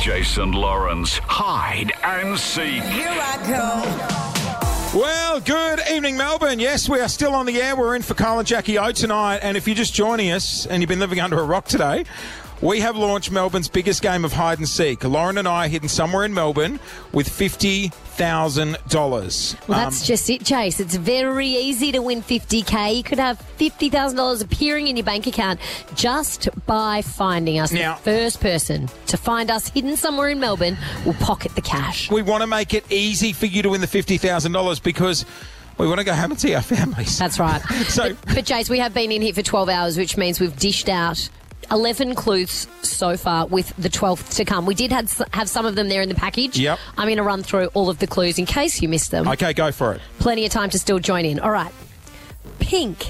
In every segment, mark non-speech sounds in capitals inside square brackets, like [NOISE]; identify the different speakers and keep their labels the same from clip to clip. Speaker 1: Jason Lawrence. Hide and seek.
Speaker 2: Here I
Speaker 3: Well, good evening, Melbourne. Yes, we are still on the air. We're in for Carl and Jackie O tonight. And if you're just joining us and you've been living under a rock today, we have launched Melbourne's biggest game of hide and seek. Lauren and I are hidden somewhere in Melbourne with fifty thousand dollars. Um,
Speaker 4: Well, that's just it, Chase. It's very easy to win 50k. You could have $50,000 appearing in your bank account just by finding us.
Speaker 3: Now-
Speaker 4: the first person to find us hidden somewhere in Melbourne will pocket the cash.
Speaker 3: we want to make it easy for you to win the fifty thousand dollars because we want to go home and see our [LAUGHS] families.
Speaker 4: That's right.
Speaker 3: So-
Speaker 4: but, but, Chase, we have been in here for 12 hours, which means we've dished out 11 clues so far with the 12th to come. We did have, have some of them there in the package.
Speaker 3: Yep.
Speaker 4: I'm going to run through all of the clues in case you missed them.
Speaker 3: Okay, go for it.
Speaker 4: Plenty of time to still join in. All right. Pink,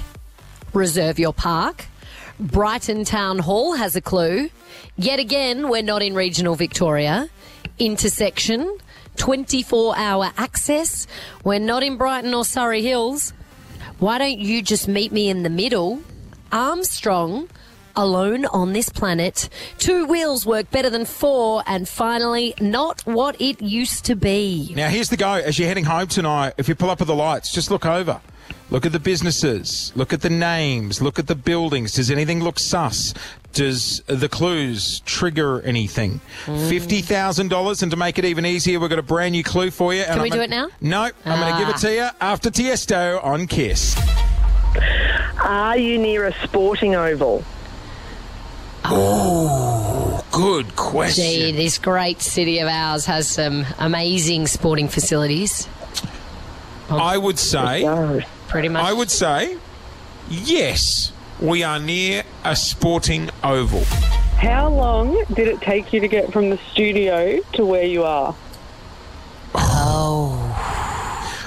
Speaker 4: reserve your park. Brighton Town Hall has a clue. Yet again, we're not in regional Victoria. Intersection, 24 hour access. We're not in Brighton or Surrey Hills. Why don't you just meet me in the middle? Armstrong, alone on this planet. Two wheels work better than four. And finally, not what it used to be.
Speaker 3: Now, here's the go. As you're heading home tonight, if you pull up at the lights, just look over. Look at the businesses. Look at the names. Look at the buildings. Does anything look sus? Does the clues trigger anything?
Speaker 4: Mm.
Speaker 3: $50,000. And to make it even easier, we've got a brand new clue for you. Can
Speaker 4: we do it now?
Speaker 3: No. I'm going to give it to you after Tiesto on Kiss.
Speaker 5: Are you near a sporting oval?
Speaker 3: Good question.
Speaker 4: Gee, this great city of ours has some amazing sporting facilities.
Speaker 3: I would say,
Speaker 5: No.
Speaker 4: Pretty much.
Speaker 3: I would say, yes, we are near a sporting oval.
Speaker 5: How long did it take you to get from the studio to where you are?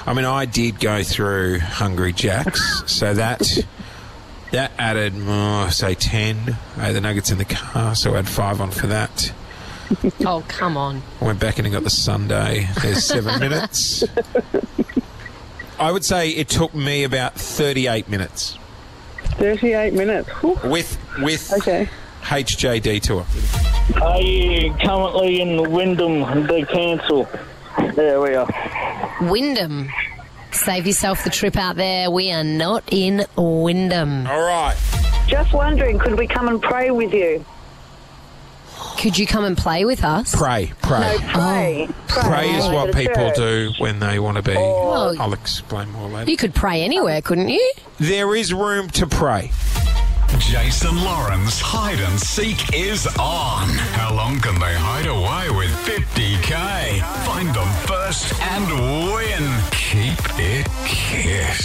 Speaker 3: I mean, I did go through Hungry Jacks, so that that added, oh, say, ten. I had the nuggets in the car, so I had five on for that.
Speaker 4: Oh, come on.
Speaker 3: I went back in and got the Sunday. There's seven minutes. I would say it took me about thirty-eight minutes
Speaker 5: 38 minutes. Whew.
Speaker 3: with with
Speaker 5: Okay.
Speaker 3: HJD tour.
Speaker 6: Are you currently in Wyndham? They cancel. There we are.
Speaker 4: Wyndham. Save yourself the trip out there. We are not in Wyndham.
Speaker 3: All right.
Speaker 7: Just wondering, could we come and pray with you?
Speaker 4: Could you come and play with us?
Speaker 3: Pray, pray,
Speaker 7: Pray.
Speaker 3: pray is
Speaker 7: Like
Speaker 3: what
Speaker 7: at a
Speaker 3: people
Speaker 7: church.
Speaker 3: do when they want to be.
Speaker 4: Oh.
Speaker 3: I'll explain more later.
Speaker 4: You could pray anywhere, couldn't you?
Speaker 3: There is room to pray.
Speaker 1: Jason Lawrence. Hide and seek is on. How long can they hide away with 50k? Find them first and win. Keep it kiss. oh